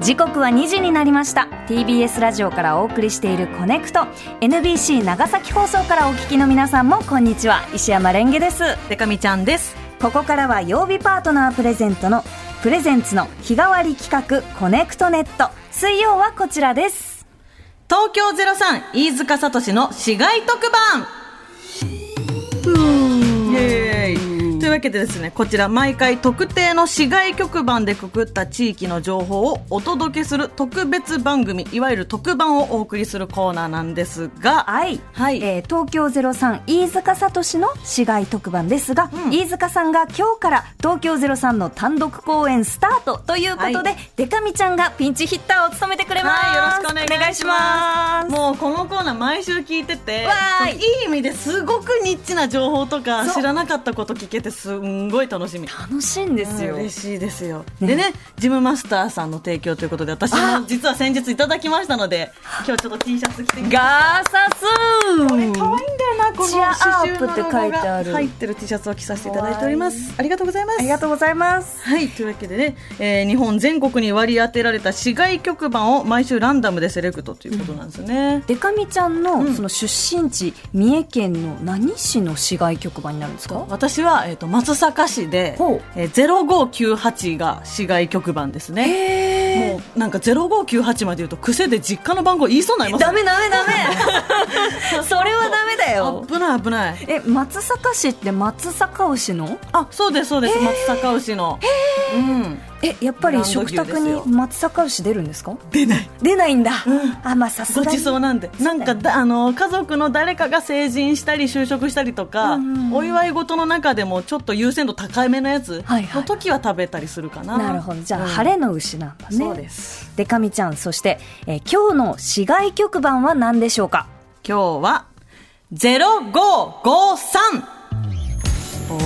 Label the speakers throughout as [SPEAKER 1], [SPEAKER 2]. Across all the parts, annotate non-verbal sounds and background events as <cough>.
[SPEAKER 1] 時刻は2時になりました TBS ラジオからお送りしている「コネクト」NBC 長崎放送からお聞きの皆さんもこんにちは石山レンゲです
[SPEAKER 2] でかみちゃんです
[SPEAKER 1] ここからは曜日パートナープレゼントのプレゼンツの日替わり企画コネクトネット水曜はこちらです
[SPEAKER 2] 東京03飯塚聡の市街特番イエーイというわけでですねこちら毎回特定の市街局番でくくった地域の情報をお届けする特別番組いわゆる特番をお送りするコーナーなんですが
[SPEAKER 1] はい、
[SPEAKER 2] はい
[SPEAKER 1] えー東京03飯塚聡の市街特番ですが、
[SPEAKER 2] うん
[SPEAKER 1] 飯塚さんが今日から東京03の単独公演スタートということで、
[SPEAKER 2] は
[SPEAKER 1] でかみちゃんがピンチヒッターを務めてくれます、
[SPEAKER 2] はい、よろしくお願いします。
[SPEAKER 1] お願いしま
[SPEAKER 2] もうこのコーナー毎週聞いてて、
[SPEAKER 1] わーい
[SPEAKER 2] いい意味ですごくニッチな情報とか
[SPEAKER 1] そう
[SPEAKER 2] 知らなかったこと聞けてすんごい楽しみ。
[SPEAKER 1] す楽しいんですよ、
[SPEAKER 2] 嬉しいですよ、
[SPEAKER 1] ね
[SPEAKER 2] でねジムマスターさんの提供ということで私
[SPEAKER 1] あ
[SPEAKER 2] も実は先日いただきましたので今日ちょっと T シャツ着てきて
[SPEAKER 1] ガーサス
[SPEAKER 2] これ可愛いんだよなこの
[SPEAKER 1] チアアッ
[SPEAKER 2] 刺繍
[SPEAKER 1] プ
[SPEAKER 2] の
[SPEAKER 1] って
[SPEAKER 2] ロゴ
[SPEAKER 1] 書いてあ
[SPEAKER 2] が
[SPEAKER 1] る
[SPEAKER 2] 入ってる T シャツを着させていただいておりますありがとうございます
[SPEAKER 1] ありがとうございます
[SPEAKER 2] はい、というわけでね、えー日本全国に割り当てられた市外局番を毎週ランダムでセレクトということなんですね。
[SPEAKER 1] でかみちゃんの,、その出身地三重県の何市の市街局番になるんですか
[SPEAKER 2] 私は、えー、と松阪市で
[SPEAKER 1] ほう、
[SPEAKER 2] えー、0598が市外局番ですね。
[SPEAKER 1] え
[SPEAKER 2] もうなんか0598まで言うと癖で実家の番号言いそうになります
[SPEAKER 1] ダメダメダ
[SPEAKER 2] <laughs>
[SPEAKER 1] メそれはダメだよ
[SPEAKER 2] 危ない危ない
[SPEAKER 1] え松阪市って松阪牛の
[SPEAKER 2] あそうですそうです、松阪牛の、うん、
[SPEAKER 1] えやっぱり食卓に松阪牛出るんですか
[SPEAKER 2] 出ない
[SPEAKER 1] 出ないんだ、あまあさす
[SPEAKER 2] ご
[SPEAKER 1] が
[SPEAKER 2] ち
[SPEAKER 1] に
[SPEAKER 2] そうなんでなんかだあの家族の誰かが成人したり就職したりとか、
[SPEAKER 1] うんうんうん
[SPEAKER 2] お祝い事の中でもちょっと優先度高めのやつ
[SPEAKER 1] はいはい
[SPEAKER 2] の時は食べたりするかな、
[SPEAKER 1] なるほどじゃあ、
[SPEAKER 2] うん
[SPEAKER 1] 晴れの牛なんだね
[SPEAKER 2] そうです
[SPEAKER 1] でかみちゃんそして、えー今日の市街局番は何でしょうか
[SPEAKER 2] 今日は0553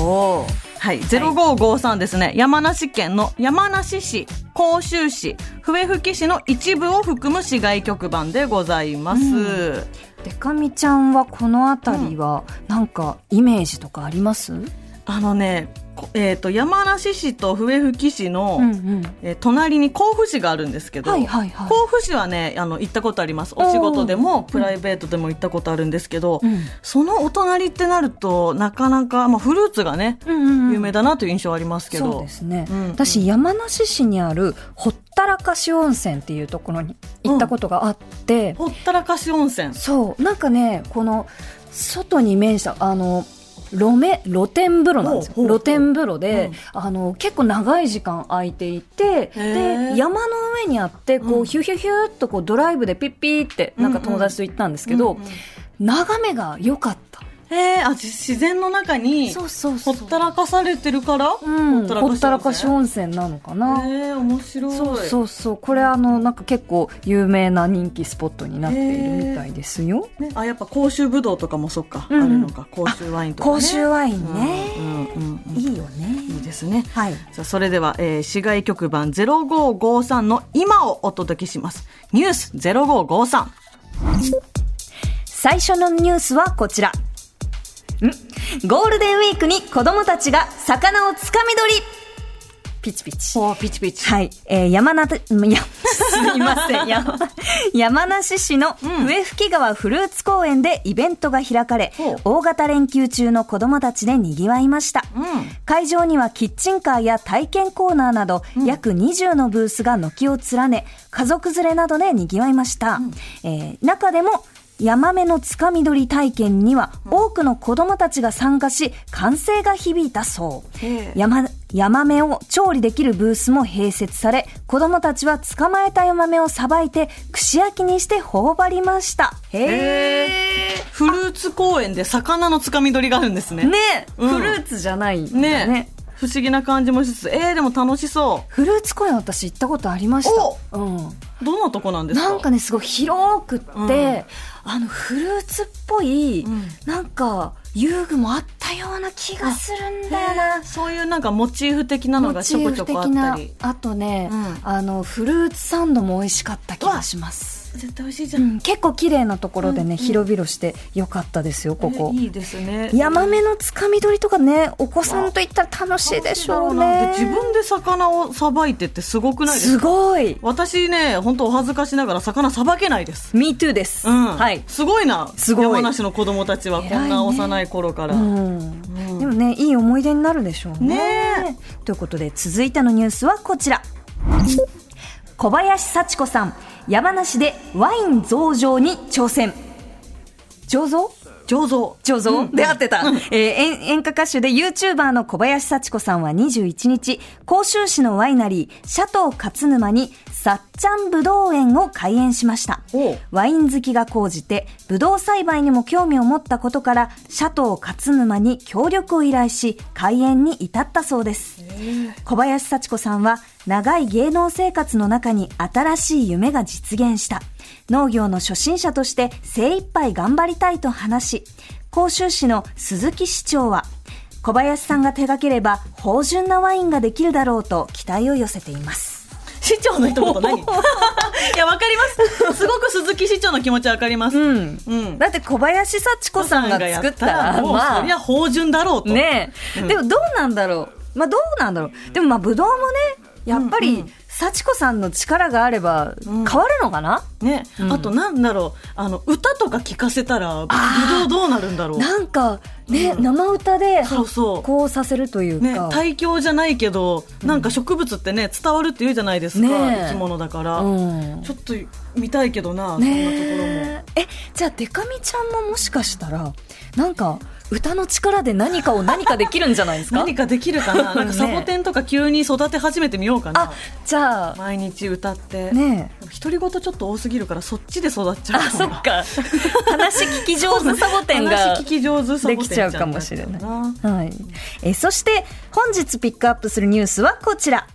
[SPEAKER 2] おおはい、0553ですね、山梨県の山梨市、甲州市、笛吹市の一部を含む市外局番でございます。
[SPEAKER 1] でかみちゃんはこの辺りはなんかイメージとかあります、うん
[SPEAKER 2] あのね、こえっ、と、山梨市と笛吹市の、
[SPEAKER 1] うん、
[SPEAKER 2] えー隣に甲府市があるんですけど、
[SPEAKER 1] はいはいはい
[SPEAKER 2] 甲府市はねあの行ったことあります
[SPEAKER 1] おー
[SPEAKER 2] お仕事でもプライベートでも行ったことあるんですけど、
[SPEAKER 1] うん
[SPEAKER 2] そのお隣ってなるとなかなか、まあ、フルーツがね、有名だなという印象はありますけど
[SPEAKER 1] そうですね、
[SPEAKER 2] うんうん
[SPEAKER 1] 私山梨市にあるほったらかし温泉っていうところに行ったことがあって、
[SPEAKER 2] ほったらかし温泉
[SPEAKER 1] そうなんかねこの外に面したあの路面露天風呂なんですよ
[SPEAKER 2] ほうほう
[SPEAKER 1] 露天風呂で、あの結構長い時間空いていて
[SPEAKER 2] へ
[SPEAKER 1] で
[SPEAKER 2] ー
[SPEAKER 1] 山の上にあってこう、
[SPEAKER 2] うん
[SPEAKER 1] ヒューヒューヒューっとこうドライブでピッピーってなんか友達と行ったんですけど、
[SPEAKER 2] うんうん
[SPEAKER 1] 眺めが良かった
[SPEAKER 2] へえあじ自然の中に
[SPEAKER 1] うそう
[SPEAKER 2] ほったらかされてるから、
[SPEAKER 1] うん、ほったらかし
[SPEAKER 2] 温
[SPEAKER 1] 温泉なのかな、
[SPEAKER 2] 泉へえ面白い
[SPEAKER 1] そうそうそうこれあのなんか結構有名な人気スポットになっているみたいですよ、
[SPEAKER 2] ね、あやっぱ甲州ぶどうとかもそっか、
[SPEAKER 1] うんうん
[SPEAKER 2] あるのか甲州ワインとか、ね、
[SPEAKER 1] 甲州ワイン
[SPEAKER 2] う
[SPEAKER 1] ね、
[SPEAKER 2] んうんうんうん
[SPEAKER 1] いいよね
[SPEAKER 2] いいですね
[SPEAKER 1] はい
[SPEAKER 2] さあそれでは、えー、市外局番0553の今をお届けします。ニュース0553。
[SPEAKER 1] 最初のニュースはこちらんゴールデンウィークに子供たちが魚をつかみ取りピチピチ
[SPEAKER 2] おピチピチ。
[SPEAKER 1] はい、えー、山梨、 <laughs> や、すいません、山、 <laughs> 山梨市の笛吹川フルーツ公園でイベントが開かれ、
[SPEAKER 2] ほう
[SPEAKER 1] 大型連休中の子供たちで賑わいました。
[SPEAKER 2] うん
[SPEAKER 1] 会場にはキッチンカーや体験コーナーなど、約20のブースが軒を連ね、家族連れなどで賑わいました。えー中でも、ヤマメのつかみ取り体験には多くの子供たちが参加し、歓声が響いたそう。
[SPEAKER 2] へえ
[SPEAKER 1] ヤマヤマメを調理できるブースも併設され、子供たちは捕まえたヤマメをさばいて、串焼きにして頬張りました。へえ。
[SPEAKER 2] フルーツ公園で魚のつかみ取りがあるんですね。
[SPEAKER 1] ねえ、
[SPEAKER 2] うん
[SPEAKER 1] フルーツじゃないんだ
[SPEAKER 2] ね
[SPEAKER 1] ね。
[SPEAKER 2] 不思議な感じもしつつ、えー、でも楽しそ
[SPEAKER 1] フルーツ公園私行ったことありました。うん。
[SPEAKER 2] う。どんなとこなんですか
[SPEAKER 1] なんかね、すごい広くって、
[SPEAKER 2] うん
[SPEAKER 1] あの、フルーツっぽい、
[SPEAKER 2] うん
[SPEAKER 1] なんか、遊具もあったような気がするんだよ
[SPEAKER 2] へ
[SPEAKER 1] な
[SPEAKER 2] え。そういうなんかモチーフ的なの
[SPEAKER 1] モ
[SPEAKER 2] が
[SPEAKER 1] チ
[SPEAKER 2] ちょこ
[SPEAKER 1] ー
[SPEAKER 2] ち
[SPEAKER 1] フ
[SPEAKER 2] ょこあ
[SPEAKER 1] 的
[SPEAKER 2] った
[SPEAKER 1] な
[SPEAKER 2] り。
[SPEAKER 1] あとね、
[SPEAKER 2] うん
[SPEAKER 1] あのフルーツサンドも美味しかった気がします
[SPEAKER 2] 絶対美味しいじゃ、
[SPEAKER 1] うんん、結構綺麗なところでね、広々してよかったですよここ
[SPEAKER 2] えいいですね
[SPEAKER 1] ヤマメのつかみ取りとかねお子さんと行ったら楽しいでしょう
[SPEAKER 2] なん
[SPEAKER 1] ね
[SPEAKER 2] で自分で魚をさばいてってすごくないです
[SPEAKER 1] す
[SPEAKER 2] か
[SPEAKER 1] ごい
[SPEAKER 2] 私ね本当お恥ずかしながら魚さばけないです、
[SPEAKER 1] MeToo です、
[SPEAKER 2] うん
[SPEAKER 1] はい、
[SPEAKER 2] すごいな
[SPEAKER 1] すごい
[SPEAKER 2] 山梨の子供たちはこんな幼い頃から、
[SPEAKER 1] うんでもねいい思い出になるでしょうね
[SPEAKER 2] ね
[SPEAKER 1] ということで続いてのニュースはこちら小林幸子さん山梨でワイン増上に挑戦醸造
[SPEAKER 2] 醸造
[SPEAKER 1] 醸造で合ってた。えー演演歌歌手で YouTuber の小林幸子さんは21日、甲州市のワイナリー、シャトー勝沼に、さっちゃんぶどう園を開園しました
[SPEAKER 2] おう。
[SPEAKER 1] ワイン好きが高じて、ぶどう栽培にも興味を持ったことから、シャトー勝沼に協力を依頼し、開園に至ったそうです。小林幸子さんは長い芸能生活の中に新しい夢が実現した農業の初心者として精一杯頑張りたいと話し甲州市の鈴木市長は小林さんが手掛ければ芳醇なワインができるだろうと期待を寄せています
[SPEAKER 2] 市長の一言
[SPEAKER 1] <laughs>
[SPEAKER 2] 何いやわかりますすごく鈴木市長の気持ちわかります、うん
[SPEAKER 1] んだって小林幸子さんが作ったら
[SPEAKER 2] もう
[SPEAKER 1] ま
[SPEAKER 2] そりゃ
[SPEAKER 1] あ
[SPEAKER 2] 芳醇だろうと
[SPEAKER 1] ね
[SPEAKER 2] うん
[SPEAKER 1] でもどうなんだろうまあどうなんだろうでもまあぶどうもねやっぱり幸子さんの力があれば変わるのかな、
[SPEAKER 2] ね、あとなんだろうあの歌とか聞かせたらぶどうどうなるんだろう
[SPEAKER 1] なんかね、生歌で
[SPEAKER 2] そうそう
[SPEAKER 1] 発行させるという
[SPEAKER 2] ね
[SPEAKER 1] か、、
[SPEAKER 2] 対響じゃないけど、なんか植物ってね伝わるって言うじゃないですか、
[SPEAKER 1] ねえ
[SPEAKER 2] 生き物だから、
[SPEAKER 1] うん
[SPEAKER 2] ちょっと見たいけどな、
[SPEAKER 1] ねええじゃあデカミちゃんももしかしたらなんか歌の力で何かを何かできるんじゃないです
[SPEAKER 2] そんなところ
[SPEAKER 1] か
[SPEAKER 2] も <laughs> 何かできる
[SPEAKER 1] <laughs>
[SPEAKER 2] かななんかサボテンとか急に育て始めてみようかな、
[SPEAKER 1] あじゃあ
[SPEAKER 2] 毎日歌って、
[SPEAKER 1] ねえ
[SPEAKER 2] 独り言ちょっと多すぎるからそっちで育っちゃう
[SPEAKER 1] あそっか話聞き上手サボテンが
[SPEAKER 2] 話聞き上手サボテン
[SPEAKER 1] できちゃうかもしれない
[SPEAKER 2] ちゃうんだよ
[SPEAKER 1] はい、えそして本日ピックアップするニュースはこちら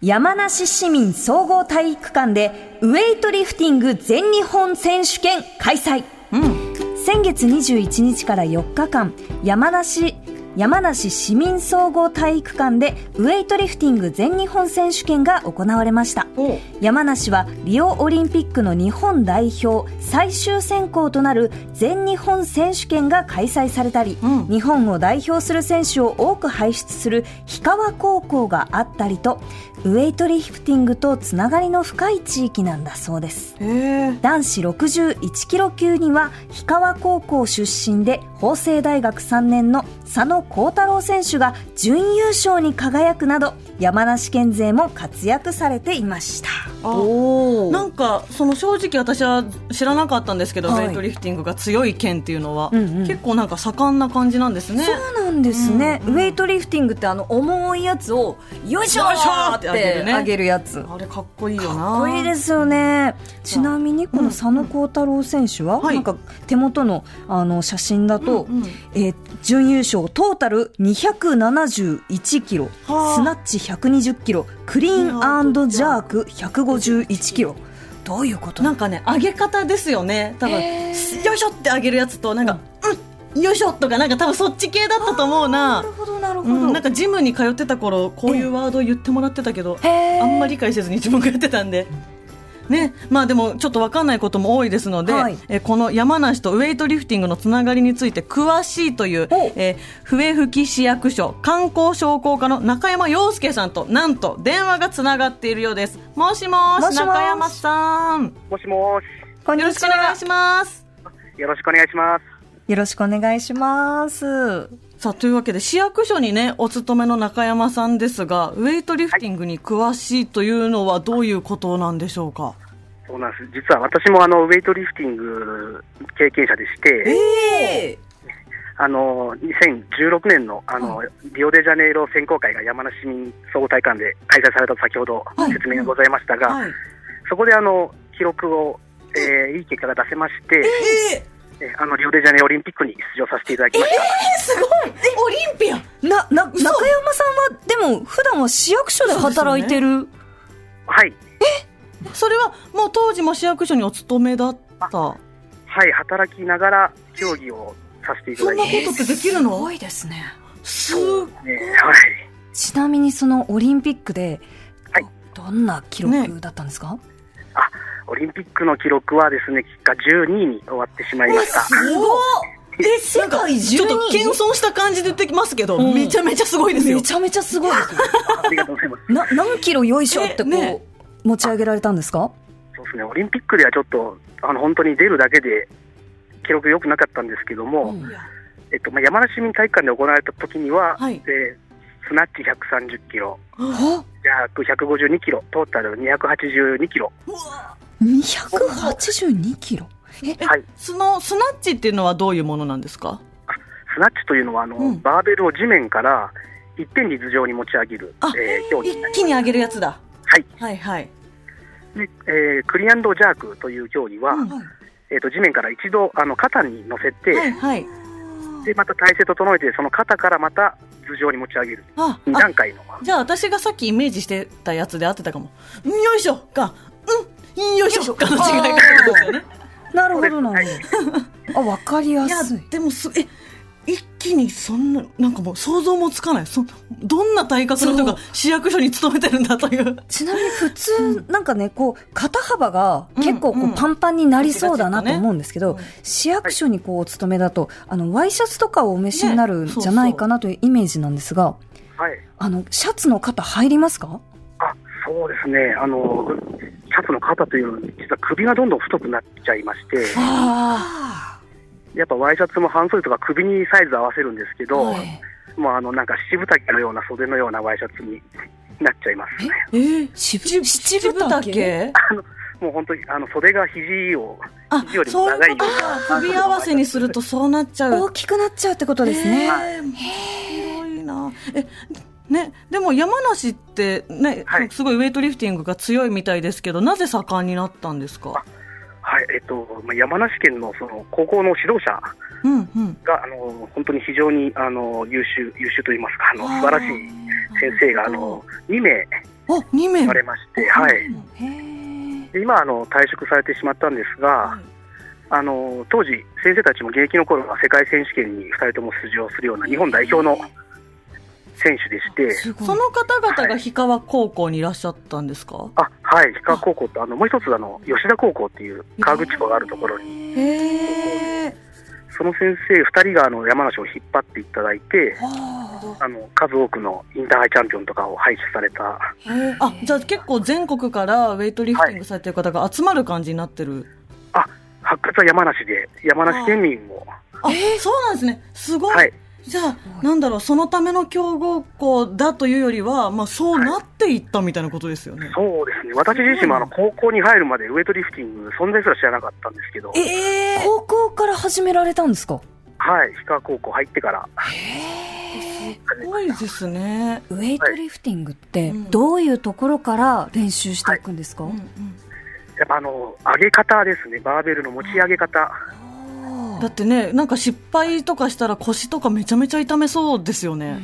[SPEAKER 1] 山梨市民総合体育館でウエイトリフティング全日本選手権開催
[SPEAKER 2] うん
[SPEAKER 1] 先月21日から4日間山梨山梨市民総合体育館でウエイトリフティング全日本選手権が行われました
[SPEAKER 2] おう
[SPEAKER 1] 山梨はリオオリンピックの日本代表最終選考となる全日本選手権が開催されたり、
[SPEAKER 2] うん
[SPEAKER 1] 日本を代表する選手を多く輩出する氷川高校があったりとウエイトリフティングとつながりの深い地域なんだそうです
[SPEAKER 2] へえ
[SPEAKER 1] 男子61キロ級には氷川高校出身で法政大学3年の佐野幸太郎選手が準優勝に輝くなど山梨県勢も活躍されていました
[SPEAKER 2] あ
[SPEAKER 1] お
[SPEAKER 2] なんかその正直私は知らなかったんですけど、
[SPEAKER 1] はい
[SPEAKER 2] ウェイトリフティングが強い県っていうのは、
[SPEAKER 1] うんうん
[SPEAKER 2] 結構なんか盛んな感じなんですね。
[SPEAKER 1] そうなんですね、ウェイトリフティングってあの重いやつをよいしょ
[SPEAKER 2] よいしょ
[SPEAKER 1] ー
[SPEAKER 2] っ
[SPEAKER 1] ってて
[SPEAKER 2] 上げるね
[SPEAKER 1] 上げるやつ
[SPEAKER 2] あれかっこいいよな。
[SPEAKER 1] かっこいいですよねちなみにこの佐野幸太郎選手は、
[SPEAKER 2] はい
[SPEAKER 1] なんか手元のあの写真だと、
[SPEAKER 2] うんうん
[SPEAKER 1] えー準優勝トータル271キロ、
[SPEAKER 2] はあ
[SPEAKER 1] スナッチ120キロクリーンアンドジャーク151キロどういうこと
[SPEAKER 2] なんかね上げ方ですよね。多分、
[SPEAKER 1] へー
[SPEAKER 2] よいしょって上げるやつとなんか、うん、よいしょとかなんか多分そっち系だったと思う
[SPEAKER 1] な。
[SPEAKER 2] な
[SPEAKER 1] るほどなるほど、
[SPEAKER 2] うん、なんかジムに通ってた頃こういうワードを言ってもらってたけど、
[SPEAKER 1] へー
[SPEAKER 2] あんまり理解せずに自分がやってたんで。ねまあ、でもちょっと分かんないことも多いですので、
[SPEAKER 1] はい
[SPEAKER 2] えこの山梨とウェイトリフティングのつながりについて詳しいという
[SPEAKER 1] お、
[SPEAKER 2] え笛吹市役所観光商工課の中山洋介さんとなんと電話がつながっているようですもし
[SPEAKER 1] も
[SPEAKER 2] もし
[SPEAKER 1] しもし
[SPEAKER 2] 中山さん
[SPEAKER 3] もしもし。
[SPEAKER 1] こんに
[SPEAKER 2] よろし
[SPEAKER 1] ち
[SPEAKER 2] くお願
[SPEAKER 1] はい
[SPEAKER 2] します
[SPEAKER 3] よろしくお願いします。
[SPEAKER 1] よろしくお願いします
[SPEAKER 2] さあというわけで市役所にねお勤めの中山さんですがウェイトリフティングに詳しいというのはどういうことなんでしょうか、
[SPEAKER 3] そうなんです。実は私もあのウェイトリフティング経験者でして、
[SPEAKER 1] ええ
[SPEAKER 3] あの2016年のあの、リオデジャネイロ選考会が山梨市民総合体育館で開催されたと先ほど
[SPEAKER 2] はい
[SPEAKER 3] 説明がございましたが、
[SPEAKER 2] はい、
[SPEAKER 3] そこであの記録を、えーいい結果が出せまして、
[SPEAKER 2] え
[SPEAKER 3] えーあのリオデジャネイロオリンピックに出場させていただきました。
[SPEAKER 2] すごいオリンピア
[SPEAKER 1] な、な、中山さんは、でも、普段は市役所で働いてる。
[SPEAKER 3] はい。
[SPEAKER 2] それはもう当時も市役所にお勤めだったそ
[SPEAKER 3] はい、働きながら競技をさせていただ
[SPEAKER 2] ん
[SPEAKER 3] い
[SPEAKER 2] な
[SPEAKER 3] て、
[SPEAKER 2] ことってできるの
[SPEAKER 1] いですね。
[SPEAKER 2] す
[SPEAKER 3] ねはい。
[SPEAKER 1] ちなみに、そのオリンピックで、
[SPEAKER 3] はい
[SPEAKER 1] どんな記録だったんですか、
[SPEAKER 3] オリンピックの記録はですね、結果12位に終わってしまいました。
[SPEAKER 1] すごっえ、世界12位
[SPEAKER 2] ちょっと謙遜した感じで出てきますけど、めちゃめちゃすごいですよ
[SPEAKER 1] め。ちゃめちゃすごいですよ。
[SPEAKER 3] ありがとうございます。
[SPEAKER 1] な、何キロよいしょってこう、
[SPEAKER 2] えね
[SPEAKER 1] 持ち上げられたんですか
[SPEAKER 3] そうですね、オリンピックではちょっと、あの本当に出るだけで記録良くなかったんですけども、
[SPEAKER 1] うん
[SPEAKER 3] えっとまあ、山梨市民体育館で行われた時には、
[SPEAKER 2] はい
[SPEAKER 3] えースナッチ130キロ、
[SPEAKER 1] あ
[SPEAKER 3] ジャーク152キロ、トータル282キロ、
[SPEAKER 1] !282 キロえ、
[SPEAKER 2] え
[SPEAKER 3] はい
[SPEAKER 2] そのスナッチっていうのはどういうものなんですか
[SPEAKER 3] スナッチというのはあの、
[SPEAKER 2] うん
[SPEAKER 3] バーベルを地面から一点に頭上に持ち上げる
[SPEAKER 2] あ、
[SPEAKER 3] えー競技にな
[SPEAKER 2] 一
[SPEAKER 3] り
[SPEAKER 2] 気に上げるやつだ。
[SPEAKER 3] はい
[SPEAKER 2] はいはい。
[SPEAKER 3] ます、でえークリアンドジャークという競技は、
[SPEAKER 2] うん
[SPEAKER 3] えっと地面から一度あの肩に乗せて、
[SPEAKER 2] はいはい。
[SPEAKER 3] でまた体勢整えて、その肩からまた頭上に持ち上げる、
[SPEAKER 2] あ、
[SPEAKER 3] 2
[SPEAKER 2] あ
[SPEAKER 3] 段階の。
[SPEAKER 2] じゃあ私がさっきイメージしてたやつで合ってたかも。んよいしょか、うん、よいしょかの違いがってことですよね。
[SPEAKER 1] なるほどなるほど。あ、わかりや
[SPEAKER 2] いや
[SPEAKER 1] すい。
[SPEAKER 2] でもすえ一気にそんななんかもう想像もつかないそどんな体格の人が市役所に勤めてるんだという
[SPEAKER 1] ちなみに普通、なんかね、こう、肩幅が結構こ
[SPEAKER 2] うんう
[SPEAKER 1] うんパンパンになりそうだなと思うんですけど
[SPEAKER 2] うん、
[SPEAKER 1] 市役所にこうお勤めだと、あの、ワイシャツとかをお召しになるん
[SPEAKER 2] ねそう
[SPEAKER 1] じ
[SPEAKER 2] そ
[SPEAKER 1] ゃ
[SPEAKER 2] う
[SPEAKER 1] ないかなというイメージなんですが、
[SPEAKER 3] はい
[SPEAKER 1] あの、シャツの肩入りますか
[SPEAKER 3] あそうですね、あのシャツの肩というのは、実は首がどんどん太くなっちゃいまして、
[SPEAKER 1] あ
[SPEAKER 3] やっぱワイシャツも半袖とか首にサイズ合わせるんですけど、
[SPEAKER 1] はい
[SPEAKER 3] もうあのなんか七分丈のような袖のようなワイシャツになっちゃいますね。
[SPEAKER 2] えー、
[SPEAKER 1] しぶ
[SPEAKER 2] 七
[SPEAKER 1] 七
[SPEAKER 2] 分
[SPEAKER 1] 分丈
[SPEAKER 2] 丈
[SPEAKER 3] あのもう本当にあの袖が肘を
[SPEAKER 2] あ
[SPEAKER 3] 肘よりも
[SPEAKER 2] そういう
[SPEAKER 3] 長いよ
[SPEAKER 2] ことか
[SPEAKER 3] うな
[SPEAKER 2] 首合わせにするとそうなっちゃう
[SPEAKER 1] 大きくなっちゃうってことですね。
[SPEAKER 2] えー広いなえね、でも山梨って、ね
[SPEAKER 3] はい
[SPEAKER 2] すごいウェイトリフティングが強いみたいですけどなぜ盛んになったんですか、
[SPEAKER 3] はいえっとまあ、山梨県のその高校の指導者
[SPEAKER 2] うんうん、
[SPEAKER 3] があの本当に非常にあの優秀優秀といいますかあの
[SPEAKER 2] あー
[SPEAKER 3] 素晴らしい先生があの2名
[SPEAKER 2] あ2名
[SPEAKER 3] 言われまして、はい、
[SPEAKER 1] へー
[SPEAKER 3] で今あの退職されてしまったんですが、あの当時先生たちも現役の頃は世界選手権に2人とも出場するような日本代表の選手でして、
[SPEAKER 1] すごい
[SPEAKER 2] その方々が氷川高校にいらっしゃったんですか、
[SPEAKER 3] あはい、氷川高校とあのもう一つあの吉田高校っていう川口湖があるところに、
[SPEAKER 2] へえ。
[SPEAKER 3] その先生2人があの山梨を引っ張っていただいて、
[SPEAKER 1] あー
[SPEAKER 3] あの数多くのインターハイチャンピオンとかを輩出された、
[SPEAKER 2] あ、じゃあ結構全国からウェイトリフティングされてる方が集まる感じになってる。
[SPEAKER 3] 発掘は山梨で、山梨県民も、
[SPEAKER 2] あ、そうなんですね。すごい。
[SPEAKER 3] はい、
[SPEAKER 2] じゃあ、なんだろう、そのための強豪校だというよりは、まあそうなっていったみたいなことですよね。
[SPEAKER 3] そうですね、私自身もあの高校に入るまでウエイトリフティング、存在すら知らなかったんですけど、はい、
[SPEAKER 2] ええ
[SPEAKER 1] 高校から始められたんですか
[SPEAKER 3] 氷川高校入ってから。
[SPEAKER 2] すごいですね。
[SPEAKER 1] ウェイトリフティングって
[SPEAKER 2] うん
[SPEAKER 1] どういうところから練習していくんですか、
[SPEAKER 2] うんうん
[SPEAKER 3] やっぱあの上げ方ですね、バーベルの持ち上げ方、
[SPEAKER 2] だってね、なんか失敗とかしたら腰とかめちゃめちゃ痛めそうですよね。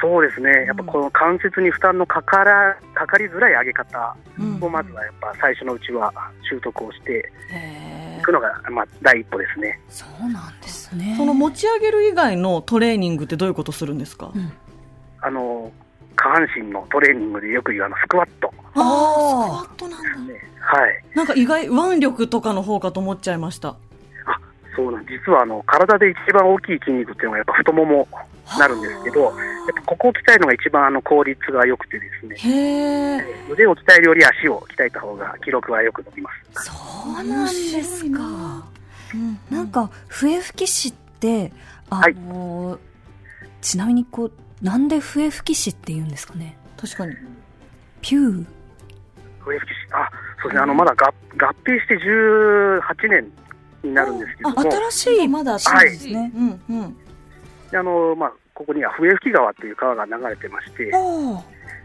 [SPEAKER 3] そうですね、やっぱこの関節に負担のかからかかりづらい上げ方
[SPEAKER 2] うん
[SPEAKER 3] をまずはやっぱ最初のうちは習得をして
[SPEAKER 1] へ
[SPEAKER 3] いくのが、まあ、第一歩ですね。
[SPEAKER 1] ーそうなんですね
[SPEAKER 2] その持ち上げる以外のトレーニングってどういうことするんですか、
[SPEAKER 3] あの下半身のトレーニングでよく言うあのスクワット、
[SPEAKER 1] あー
[SPEAKER 2] スクワットなんだ。
[SPEAKER 3] ね、はい、
[SPEAKER 2] なんか意外、腕力とかの方かと思っちゃいました。
[SPEAKER 3] そうなん実はあの体で一番大きい筋肉っていうのがやっぱ太ももなるんですけど、やっぱここを鍛えるのが一番あの効率が良くてですね、
[SPEAKER 2] へえ。
[SPEAKER 3] 腕を鍛えるより足を鍛えた方が記録はよく伸びます。
[SPEAKER 1] そうなんですか
[SPEAKER 2] うん
[SPEAKER 1] なんか笛吹き師ってあの、ちなみにこうなんで笛吹き師って言うんですかね
[SPEAKER 2] 確かに。
[SPEAKER 1] ピュー
[SPEAKER 3] 笛吹き師あそうですね、あのまだ合合併して18年になるんですけども、
[SPEAKER 2] 新しいまだ
[SPEAKER 3] 新しい
[SPEAKER 1] ですね
[SPEAKER 2] うんうん。
[SPEAKER 3] であのまあ、ここには笛吹川という川が流れてまして、
[SPEAKER 1] あ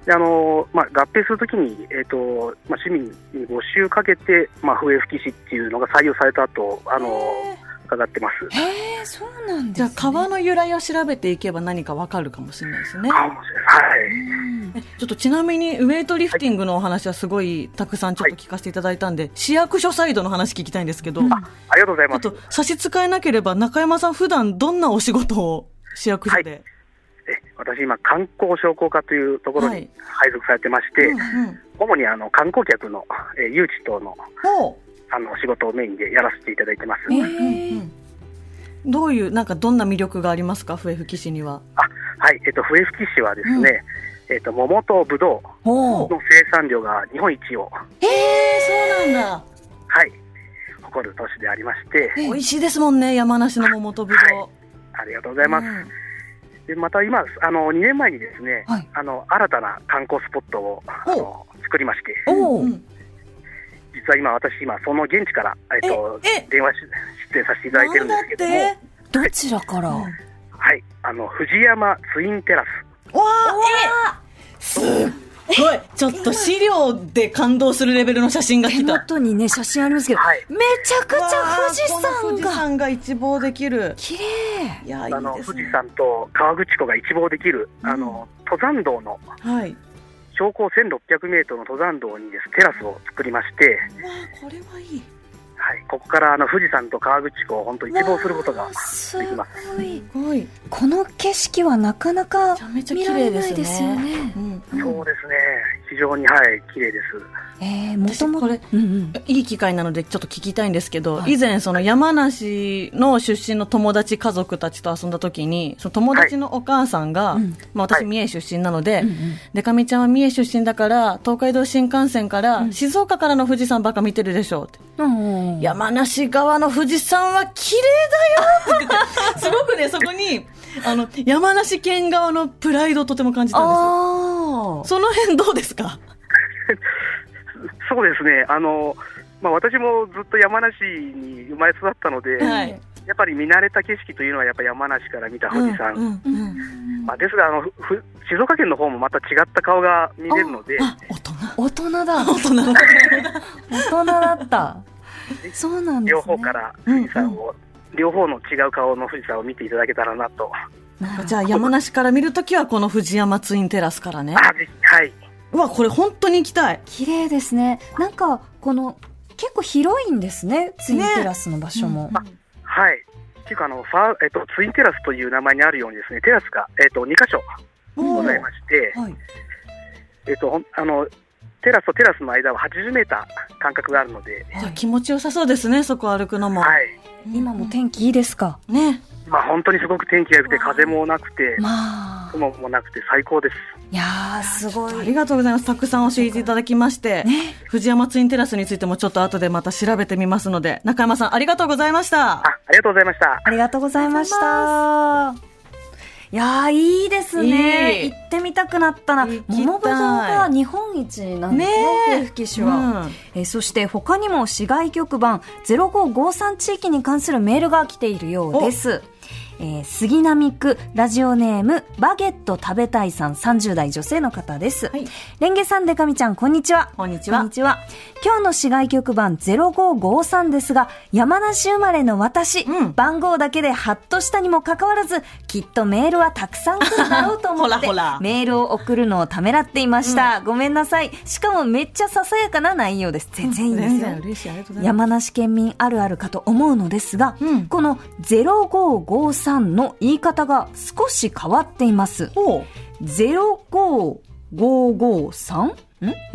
[SPEAKER 3] であのまあ、合併するときに、えーとまあ、市民に募集かけて、まあ、笛吹き師っていうのが採用されたとあの伺ってます。
[SPEAKER 1] へえそうなんで
[SPEAKER 2] じ
[SPEAKER 1] す、
[SPEAKER 2] ゃ
[SPEAKER 1] ね
[SPEAKER 2] あ、、川の由来を調べていけば何かわかるかもしれないですね。
[SPEAKER 3] あ面白いはい
[SPEAKER 1] うん
[SPEAKER 2] えちょっとちなみにウェイトリフティングのお話はすごいたくさんちょっと聞かせていただいたんで、市役所サイドの話聞きたいんですけど、ち
[SPEAKER 3] ありがとうござい
[SPEAKER 2] ょ
[SPEAKER 3] ま
[SPEAKER 2] っ
[SPEAKER 3] す
[SPEAKER 2] と差し支えなければ中山さん普段どんなお仕事を市役所で、
[SPEAKER 3] え私、今、観光商工課というところ
[SPEAKER 2] は
[SPEAKER 3] に
[SPEAKER 2] い
[SPEAKER 3] 配属されてまして、
[SPEAKER 2] うんうん
[SPEAKER 3] 主にあの観光客の、えー誘致等の
[SPEAKER 2] ほ
[SPEAKER 3] あの仕事をメインでやらせていただいてます。
[SPEAKER 1] え
[SPEAKER 2] う、うんうんどういうなんかどんな魅力がありますか笛吹市には。
[SPEAKER 3] はい、えっと、笛吹市はですね、えっと、桃とぶどう
[SPEAKER 1] ほ
[SPEAKER 3] の
[SPEAKER 1] う。
[SPEAKER 3] 生産量が日本一を、
[SPEAKER 2] ええそうなんだ。
[SPEAKER 3] はい、誇る都市でありまして、
[SPEAKER 2] 美味しいですもんね山梨の桃とぶどう。
[SPEAKER 3] ありがとうございます。
[SPEAKER 2] うん
[SPEAKER 3] でまた今あの、2年前にですね、
[SPEAKER 1] はい
[SPEAKER 3] あの新たな観光スポットをあの作りまして、
[SPEAKER 1] おう。
[SPEAKER 2] ん
[SPEAKER 3] 実は今、私、今、その現地から、えっと、
[SPEAKER 2] ええ
[SPEAKER 3] 電話し出演させていただいてるんですけども、
[SPEAKER 2] なんだって
[SPEAKER 1] どちらから
[SPEAKER 2] うん
[SPEAKER 3] はい、あの藤山ツインテラス、
[SPEAKER 2] わあえすっごいちょっと資料で感動するレベルの写真が
[SPEAKER 1] 手
[SPEAKER 2] 来た
[SPEAKER 1] 元にね、写真ありますけど、
[SPEAKER 3] はい
[SPEAKER 1] めちゃくちゃ富士
[SPEAKER 2] わあこの
[SPEAKER 1] 山
[SPEAKER 2] 富士
[SPEAKER 1] が。
[SPEAKER 2] 山が一望できる
[SPEAKER 1] 綺麗。
[SPEAKER 2] いやいい
[SPEAKER 3] あの
[SPEAKER 2] です
[SPEAKER 3] 富
[SPEAKER 2] ね
[SPEAKER 3] 士山と河口湖が一望できる、あの登山道の
[SPEAKER 2] はいわ
[SPEAKER 3] 標高1600メートルの登山道にですテラスを作りまして、
[SPEAKER 2] あこれはいい
[SPEAKER 3] はい、ここからあの富士山と河口湖を本当一望することが
[SPEAKER 1] わあす
[SPEAKER 3] できます。
[SPEAKER 1] ごい。
[SPEAKER 2] すごいめ
[SPEAKER 1] この景色はなかなか
[SPEAKER 2] ちゃめちゃ
[SPEAKER 1] 見
[SPEAKER 2] 綺
[SPEAKER 1] ら
[SPEAKER 2] 麗
[SPEAKER 1] れ
[SPEAKER 2] で
[SPEAKER 1] な
[SPEAKER 2] す
[SPEAKER 1] い
[SPEAKER 2] ね
[SPEAKER 1] ですよね。
[SPEAKER 2] うん
[SPEAKER 3] そうですね、非常にはい綺麗です。
[SPEAKER 1] ええ、もとも
[SPEAKER 2] 私これ
[SPEAKER 1] うんうん。
[SPEAKER 2] いい機会なのでちょっと聞きたいんですけど、
[SPEAKER 1] はい
[SPEAKER 2] 以前その山梨の出身の友達家族たちと遊んだ時にその友達のお母さんが、
[SPEAKER 1] はい
[SPEAKER 2] まあ、
[SPEAKER 3] は
[SPEAKER 2] 私
[SPEAKER 3] い
[SPEAKER 2] 三重出身なので、
[SPEAKER 1] うんうん
[SPEAKER 2] でかみちゃんは三重出身だから東海道新幹線から、静岡からの富士山ばっか見てるでしょうって、
[SPEAKER 1] うんうん
[SPEAKER 2] 山梨側の富士山は綺麗だよって言ってて <laughs> すごくねそこにあの山梨県側のプライドをとても感じたんですよ
[SPEAKER 1] ああ。
[SPEAKER 2] その辺どうですか
[SPEAKER 3] そうですね、あのまあ私もずっと山梨に生まれ育ったので、
[SPEAKER 2] はい
[SPEAKER 3] やっぱり見慣れた景色というのはやっぱ山梨から見た富士
[SPEAKER 2] う
[SPEAKER 3] 山。
[SPEAKER 2] んうんうん
[SPEAKER 3] まあ、ですがあのふふ静岡県の方もまた違った顔が見れるので、
[SPEAKER 2] あ大人
[SPEAKER 1] 大人だ。
[SPEAKER 2] 大人の
[SPEAKER 1] 大人だ
[SPEAKER 2] <laughs>
[SPEAKER 1] った。そうなんです、ね。
[SPEAKER 3] 両方から富士山を、両方の違う顔の富士山を見ていただけたらなと、
[SPEAKER 1] なるほ
[SPEAKER 2] じ
[SPEAKER 1] ど。
[SPEAKER 2] ゃあ山梨から見るときはこの藤山ツインテラスからね
[SPEAKER 3] あぜひはい、
[SPEAKER 2] うわこれ本当に行きたい
[SPEAKER 1] 綺麗ですね。なんか、この、結構広いんですね。ツインテラスの場所も。
[SPEAKER 3] はい、っていうかあのファー、えっと、ツインテラスという名前にあるようにですねテラスが、えっと、2箇所
[SPEAKER 2] うん
[SPEAKER 3] ございまして、
[SPEAKER 1] はい。
[SPEAKER 3] えっと、ほんあのテラスとテラスの間は80メーター間隔があるので、
[SPEAKER 2] じゃあ気持ちよさそうですねそこ歩くのも、
[SPEAKER 3] はい
[SPEAKER 1] 今も天気いいですか。
[SPEAKER 2] ね
[SPEAKER 3] まあ、本当にすごく天気が良くて風もなくて
[SPEAKER 1] まあ。
[SPEAKER 3] 雲もなくて最高です。
[SPEAKER 1] いやー、すご
[SPEAKER 2] あ
[SPEAKER 1] い。
[SPEAKER 2] りがとうございます。たくさん教えていただきまして、
[SPEAKER 1] ね
[SPEAKER 2] 藤山ツインテラスについてもちょっと後でまた調べてみますので、中山さんありがとうございました
[SPEAKER 3] あ。ありがとうございました
[SPEAKER 1] ありがとうございました。いやー、いいですね。
[SPEAKER 2] いい
[SPEAKER 1] 行ってみたくなったな
[SPEAKER 2] 行。きたい
[SPEAKER 1] 桃ぶどうが日本一なんですね、笛吹市は。
[SPEAKER 2] うん
[SPEAKER 1] えーそして他にも市外局番0553地域に関するメールが来ているようです。えー杉並区ラジオネームバゲット食べたいさん30代女性の方です。
[SPEAKER 2] はい
[SPEAKER 1] レンゲさんでかみちゃんこんにちは。
[SPEAKER 2] こんにちは
[SPEAKER 1] こんにちは。今日の市外局番0553ですが、山梨生まれの私、
[SPEAKER 2] うん
[SPEAKER 1] 番号だけでハッとしたにもかかわらず、きっとメールはたくさん来るだろうと思って、
[SPEAKER 2] <laughs> ほらほら
[SPEAKER 1] メールを送るのをためらっていました。ごめんなさい。しかもめっちゃささやかな内容です。全然いいです
[SPEAKER 2] 全
[SPEAKER 1] よ。
[SPEAKER 2] 然嬉しい。ありがとうございます。
[SPEAKER 1] 山梨県民あるあるかと思うのですが、
[SPEAKER 2] うん
[SPEAKER 1] この0553の言い方が少し変わっています。
[SPEAKER 2] ほう
[SPEAKER 1] 05553? ん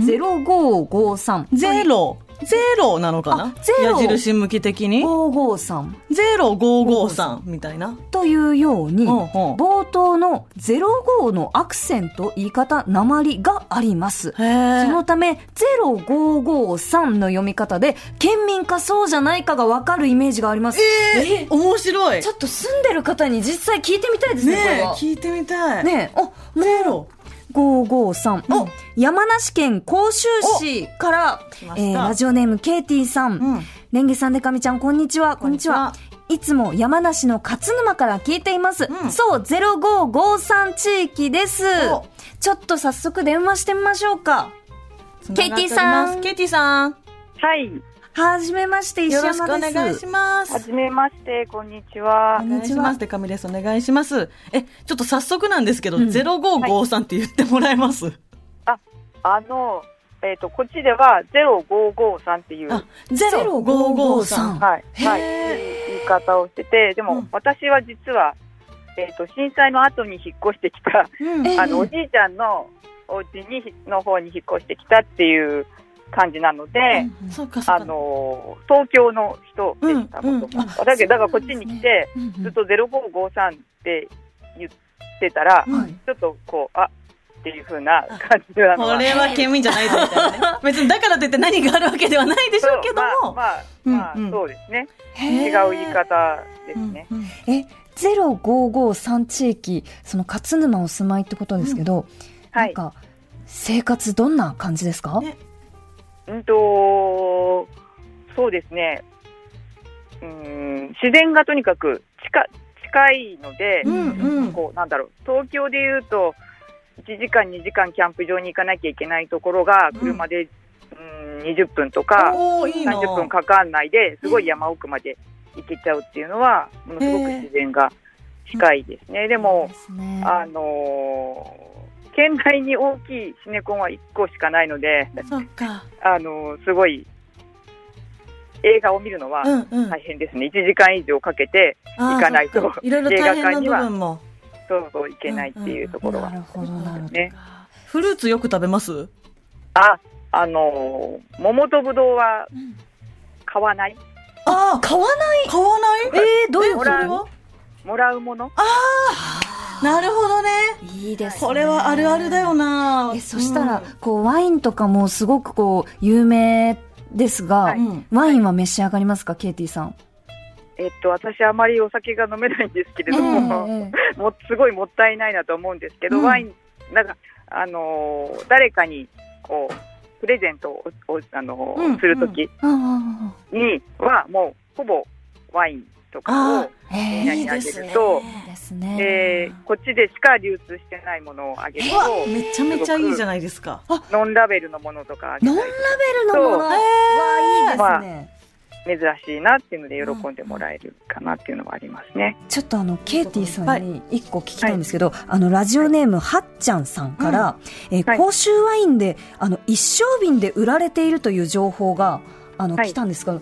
[SPEAKER 1] ?0553。
[SPEAKER 2] ゼロ、ゼロなのかな
[SPEAKER 1] あゼロ
[SPEAKER 2] 矢印向き的に
[SPEAKER 1] 553
[SPEAKER 2] ゼロ五五三みたいな。
[SPEAKER 1] というように、
[SPEAKER 2] ほうほう
[SPEAKER 1] 冒頭の05のアクセント、言い方、鉛があります。
[SPEAKER 2] へえ
[SPEAKER 1] そのため、0553の読み方で、県民かそうじゃないかがわかるイメージがあります。
[SPEAKER 2] えー、面白い。
[SPEAKER 1] ちょっと住んでる方に実際聞いてみたいですね、これ
[SPEAKER 2] ねえ
[SPEAKER 1] は。
[SPEAKER 2] 聞いてみたい。
[SPEAKER 1] ねえ、あ、
[SPEAKER 2] ゼロ。
[SPEAKER 1] 553、
[SPEAKER 2] うん
[SPEAKER 1] 山梨県甲州市から
[SPEAKER 2] 来ま、し
[SPEAKER 1] え
[SPEAKER 2] た
[SPEAKER 1] ーラジオネームケイティさん、
[SPEAKER 2] うん
[SPEAKER 1] レンゲさんでかみちゃんこんにちはこんにちは
[SPEAKER 2] こんに
[SPEAKER 1] いつも山梨の勝沼から聞いています、
[SPEAKER 2] うん
[SPEAKER 1] そう0553地域です
[SPEAKER 2] お
[SPEAKER 1] ちょっと早速電話してみましょうかケイティさん
[SPEAKER 2] ケイティさん。
[SPEAKER 4] はい、
[SPEAKER 1] はじめまして石
[SPEAKER 2] よろ
[SPEAKER 1] 山で
[SPEAKER 2] し
[SPEAKER 1] す
[SPEAKER 2] くお願いします
[SPEAKER 4] は。じめまして、こんにち
[SPEAKER 1] こ
[SPEAKER 4] は
[SPEAKER 2] お。
[SPEAKER 1] ん
[SPEAKER 2] 願
[SPEAKER 1] に
[SPEAKER 2] い
[SPEAKER 1] ち
[SPEAKER 2] し
[SPEAKER 1] は
[SPEAKER 2] ます。でかみです。お願いします。え、ちょっと早速なんですけど、
[SPEAKER 1] うん
[SPEAKER 2] 0553って言ってもらえます、
[SPEAKER 4] あの、えっ、と、こっちでは0553っていう、は
[SPEAKER 2] あ、
[SPEAKER 1] 0553
[SPEAKER 2] 0553。
[SPEAKER 4] い、はい、言い方をしてて、でも、
[SPEAKER 2] うん
[SPEAKER 4] 私は実は、えっ、と、震災の後に引っ越してきた、
[SPEAKER 2] うん
[SPEAKER 1] ええ
[SPEAKER 4] あの、おじいちゃんのお家に、の方に引っ越してきたっていう感じなので、
[SPEAKER 1] うん
[SPEAKER 2] そうかそう
[SPEAKER 4] あ
[SPEAKER 2] か
[SPEAKER 4] の、東京の人でした、
[SPEAKER 2] うん
[SPEAKER 4] もと
[SPEAKER 1] う
[SPEAKER 4] も
[SPEAKER 1] ん
[SPEAKER 4] と。だけど、だからこっちに来て、ずっと0553って言ってたら、
[SPEAKER 2] うん
[SPEAKER 1] はい
[SPEAKER 4] ちょっとこう、あっていう風な感じなの
[SPEAKER 2] こ
[SPEAKER 4] は。
[SPEAKER 2] れは県民じゃないぞみたいなね別にだからといって何があるわけではないでし
[SPEAKER 4] そう
[SPEAKER 2] ょうけども、
[SPEAKER 4] まあ、まあ、
[SPEAKER 2] うんうん
[SPEAKER 4] まあそうですね。違
[SPEAKER 1] へー
[SPEAKER 4] う言い方ですね。
[SPEAKER 2] うんうん
[SPEAKER 1] え0553地域その勝沼お住まいってことですけど、
[SPEAKER 4] は
[SPEAKER 1] なん
[SPEAKER 4] い。
[SPEAKER 1] か生活どんな感じですか、
[SPEAKER 2] ね
[SPEAKER 4] うんと、そうですね。うん、自然がとにかく近近いので、
[SPEAKER 2] うんうん
[SPEAKER 4] こう、なんだろう、東京で言うと、1時間、2時間キャンプ場に行かなきゃいけないところが、車で、うん、20分とか、
[SPEAKER 2] おーいいな
[SPEAKER 4] 30分かかんないですごい山奥まで行けちゃうっていうのはものすごく自然が近いですね、でも、
[SPEAKER 1] ですね
[SPEAKER 4] あのー県内に大きいシネコンは1個しかないので、
[SPEAKER 2] そっか
[SPEAKER 4] あのーすごい映画を見るのは
[SPEAKER 2] うんうん、
[SPEAKER 4] 大変ですね、1時間以上かけて
[SPEAKER 2] あー
[SPEAKER 4] 行かないと
[SPEAKER 2] そっいろいろ大変な部分も
[SPEAKER 4] そうそう行けないっていうところ
[SPEAKER 1] な
[SPEAKER 4] は。
[SPEAKER 1] るほどなるほど、
[SPEAKER 4] ね、
[SPEAKER 2] フルーツよく食べます
[SPEAKER 4] ああのー桃とぶどうは買わない
[SPEAKER 2] あ
[SPEAKER 1] 買わない
[SPEAKER 2] ー買わない
[SPEAKER 1] えー、どういう
[SPEAKER 2] こ
[SPEAKER 1] こ
[SPEAKER 2] れ
[SPEAKER 4] れ
[SPEAKER 1] と
[SPEAKER 4] は
[SPEAKER 2] は
[SPEAKER 4] もらうもの
[SPEAKER 2] なるほどね
[SPEAKER 1] いいですね
[SPEAKER 2] これはあるあるだよな
[SPEAKER 1] えそしたら、こうワインとかもすごくこう有名ですが、
[SPEAKER 4] は
[SPEAKER 2] う
[SPEAKER 4] い
[SPEAKER 2] んうん
[SPEAKER 1] ワインは召し上がりますか、ケイティさん。
[SPEAKER 4] えっと、私あまりお酒が飲めないんですけれども、
[SPEAKER 1] え
[SPEAKER 4] もすごいもったいないなと思うんですけど、
[SPEAKER 2] うん
[SPEAKER 4] ワインなんかあのー誰かにこうプレゼントををあのー
[SPEAKER 2] うん
[SPEAKER 4] するとき
[SPEAKER 1] うんうんうん
[SPEAKER 4] にはもうほぼワインとか
[SPEAKER 2] あ
[SPEAKER 4] を、
[SPEAKER 1] え
[SPEAKER 4] や
[SPEAKER 1] ー
[SPEAKER 4] い
[SPEAKER 1] い
[SPEAKER 2] い
[SPEAKER 1] い
[SPEAKER 2] い
[SPEAKER 4] や
[SPEAKER 2] ですね
[SPEAKER 4] と
[SPEAKER 1] ですね。
[SPEAKER 4] えーこっちでしか流通してないものをあげる
[SPEAKER 2] うわめちゃめちゃいいじゃないですか
[SPEAKER 4] とノンラベルのものとかあげ
[SPEAKER 1] ノンラ
[SPEAKER 4] たり
[SPEAKER 1] ベルのもの
[SPEAKER 4] そう
[SPEAKER 1] は
[SPEAKER 2] え
[SPEAKER 1] いいですね。
[SPEAKER 4] 珍しいなっていうので喜んでもらえるかなっていうのはありますね。
[SPEAKER 1] ちょっとあのケイティさんに一個聞きたいんですけど、あのラジオネームはっちゃんさんから、えー
[SPEAKER 4] はい
[SPEAKER 1] 甲州ワインであの一升瓶で売られているという情報があの
[SPEAKER 4] はい
[SPEAKER 1] 来たんですが、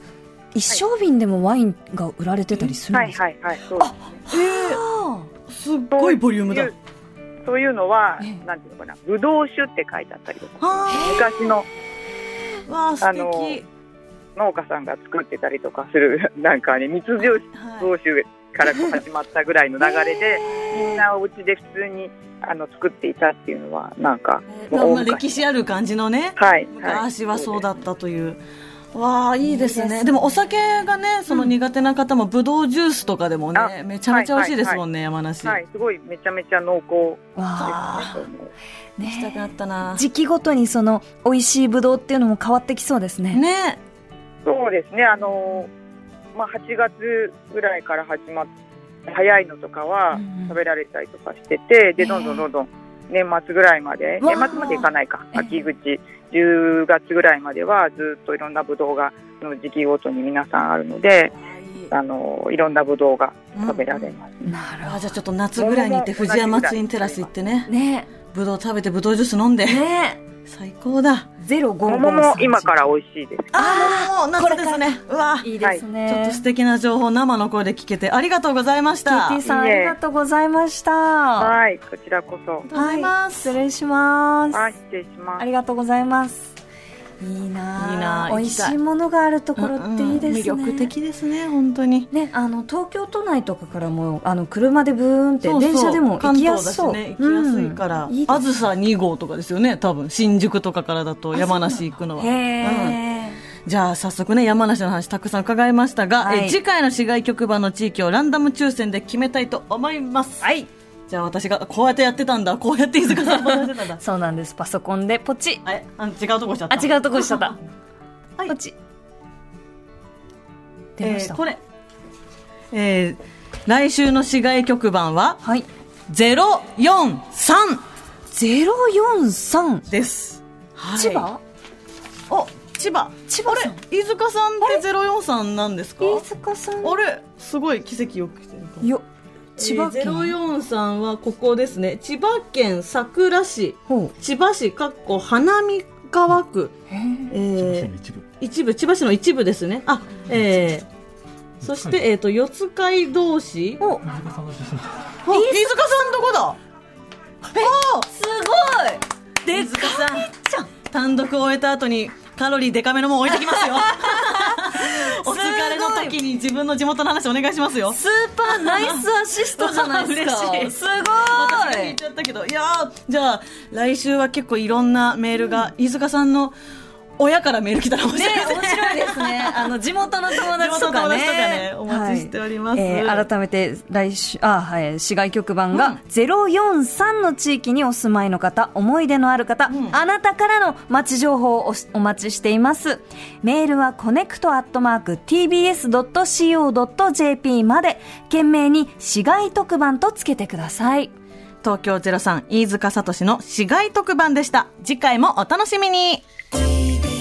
[SPEAKER 1] 一升瓶でもワインが売られてたりする
[SPEAKER 4] は
[SPEAKER 1] ん
[SPEAKER 4] い
[SPEAKER 1] ですか。
[SPEAKER 4] はいはい、そうですね
[SPEAKER 1] あ
[SPEAKER 2] すっごいボリュームだ
[SPEAKER 4] そういうそういうのは、
[SPEAKER 1] ええ
[SPEAKER 4] なんていうのかな、ぶどう酒って書いてあったりとか、
[SPEAKER 2] は
[SPEAKER 4] 昔の
[SPEAKER 2] あわあ素
[SPEAKER 4] あ
[SPEAKER 2] 敵
[SPEAKER 4] の農家さんが作ってたりとかする、 <laughs> なんかね、密造
[SPEAKER 2] はい
[SPEAKER 4] 酒からこう始まったぐらいの流れで、みんなお家で普通にあの作っていたっていうのは、なんか、
[SPEAKER 2] えーまあ歴史ある感じのね
[SPEAKER 4] はい、
[SPEAKER 2] 昔はそう
[SPEAKER 4] だ。
[SPEAKER 2] だったという。わあいいですね
[SPEAKER 1] いいですね
[SPEAKER 2] でもお酒がねその苦手な方もぶどうジュースとかでもね
[SPEAKER 4] あ
[SPEAKER 2] めちゃめちゃ美味しいですもんね、山梨、
[SPEAKER 4] はい、すごいめちゃめちゃ濃厚
[SPEAKER 1] あ、わ
[SPEAKER 2] あ
[SPEAKER 4] ですね。
[SPEAKER 1] あ、
[SPEAKER 2] 行きたくなったな
[SPEAKER 1] 時期ごとにその美味しいブドウっていうのも変わってきそうですね。
[SPEAKER 2] ね
[SPEAKER 4] そうですね、あのまあ、8月ぐらいから始まって、早いのとかは
[SPEAKER 1] うんうん
[SPEAKER 4] 食べられたりとかしてて、
[SPEAKER 1] え
[SPEAKER 4] で、どんどんどんどん年末ぐらいまで、
[SPEAKER 2] わ
[SPEAKER 4] 年
[SPEAKER 2] あ
[SPEAKER 4] 末までいかないか、
[SPEAKER 1] ええ
[SPEAKER 4] 秋口、10月ぐらいまでは、ずっといろんなブドウが、の時期ごとに皆さんあるので、あのいろんなブドウが食べられます。
[SPEAKER 1] なる
[SPEAKER 2] あ
[SPEAKER 1] ほ
[SPEAKER 2] ーじゃあちょっと夏ぐらいに行って
[SPEAKER 4] もう
[SPEAKER 2] 藤山ツインテラス行ってね
[SPEAKER 1] ど。ね
[SPEAKER 2] ぶどう食べてぶどうジュース飲んで
[SPEAKER 1] ね
[SPEAKER 2] 最高だ
[SPEAKER 1] ゼロ五
[SPEAKER 4] 桃も今から美味しいです。
[SPEAKER 2] ああもう夏ですねうわあ
[SPEAKER 1] いいですね。
[SPEAKER 2] ちょっと素敵な情報生の声で聞けてありがとうございました
[SPEAKER 1] ケイティさんあ
[SPEAKER 4] いいね
[SPEAKER 1] りがとうございました。は
[SPEAKER 4] はい、こちらこそ。
[SPEAKER 2] ありがとうございま
[SPEAKER 1] 失礼します。
[SPEAKER 4] はい、失礼します
[SPEAKER 1] あ。りがとうございます。いいなあ
[SPEAKER 2] いいなあ
[SPEAKER 1] 美味
[SPEAKER 2] 行き
[SPEAKER 1] したい
[SPEAKER 2] い
[SPEAKER 1] ものがあるところっていいですね。
[SPEAKER 2] うんうん魅力的ですね本当に
[SPEAKER 1] ね、あの東京都内とかからもあの車でブーンって
[SPEAKER 2] そうそう
[SPEAKER 1] 電車でも行きやすそう。
[SPEAKER 2] 関東だしね、行きやすいから、
[SPEAKER 1] うんいいで
[SPEAKER 2] あ
[SPEAKER 1] す
[SPEAKER 2] ずさ2号とかですよね多分新宿とかからだと山梨行くのは、
[SPEAKER 1] へえ、
[SPEAKER 2] じゃあ早速ね山梨の話たくさん伺いましたが、
[SPEAKER 1] はい
[SPEAKER 2] え次回の市外局番の地域をランダム抽選で決めたいと思います
[SPEAKER 1] はい。
[SPEAKER 2] じゃあ私がこうやってやってたんだこうやって飯塚さんもやってた
[SPEAKER 1] <laughs>
[SPEAKER 2] んだ
[SPEAKER 1] そうなんです。パソコンでポチ。
[SPEAKER 2] あれあの違うとこしちゃっ
[SPEAKER 1] あ、
[SPEAKER 2] た
[SPEAKER 1] 違うとこ押しちゃ
[SPEAKER 2] <laughs>
[SPEAKER 1] った。
[SPEAKER 2] はい
[SPEAKER 1] ポチ。出
[SPEAKER 2] え
[SPEAKER 1] ました。
[SPEAKER 2] ーこれえー来週の市外局番は
[SPEAKER 1] はい。
[SPEAKER 2] 043
[SPEAKER 1] ゼロ四三。
[SPEAKER 2] です、はい
[SPEAKER 1] 千葉。
[SPEAKER 2] お千葉
[SPEAKER 1] 千葉さん
[SPEAKER 2] あれ飯塚さんってゼロ四三なんですか
[SPEAKER 1] 飯塚さん。
[SPEAKER 2] あれすごい奇跡よくしてると思う
[SPEAKER 1] よ。千葉県。
[SPEAKER 2] えー、043はここですね千葉県佐倉市
[SPEAKER 1] ほう。
[SPEAKER 2] 千葉市かっこ花見川区、
[SPEAKER 1] へー
[SPEAKER 2] えー、一部千葉市の一部ですねあえーそして、えっと四つ街道市お
[SPEAKER 5] 飯塚さんの出身です
[SPEAKER 2] 飯塚さんどこだ
[SPEAKER 1] すごいでっかいじゃん
[SPEAKER 2] 単独を終えた後にカロリーデカめのもん置いてき
[SPEAKER 1] <laughs>
[SPEAKER 2] ますよお疲れの時に自分の地元の話お願いしますよ
[SPEAKER 1] スーパーナイスアシストじゃないですか
[SPEAKER 2] <laughs> 嬉しい
[SPEAKER 1] すご
[SPEAKER 2] 私が言
[SPEAKER 1] い
[SPEAKER 2] っちゃったけどいやーじゃあ来週は結構いろんなメールが、飯塚さんの親からメール来たら面
[SPEAKER 1] ね
[SPEAKER 2] 白いですね
[SPEAKER 1] 面白いです
[SPEAKER 2] <laughs>
[SPEAKER 1] ね。あの、地元の友達とかね。
[SPEAKER 2] 地元の友達とかねお待ちしております
[SPEAKER 1] はいえー改めて、来週、あ、はい、市外局番が、043の地域にお住まいの方、思い出のある方、
[SPEAKER 2] ん
[SPEAKER 1] あなたからの街情報をおお待ちしています。メールは、コネクトアットマーク tbs.co.jp まで、懸命に、市外特番とつけてください。
[SPEAKER 2] 東京03飯塚聡の市街特番でした次回もお楽しみに
[SPEAKER 6] TBS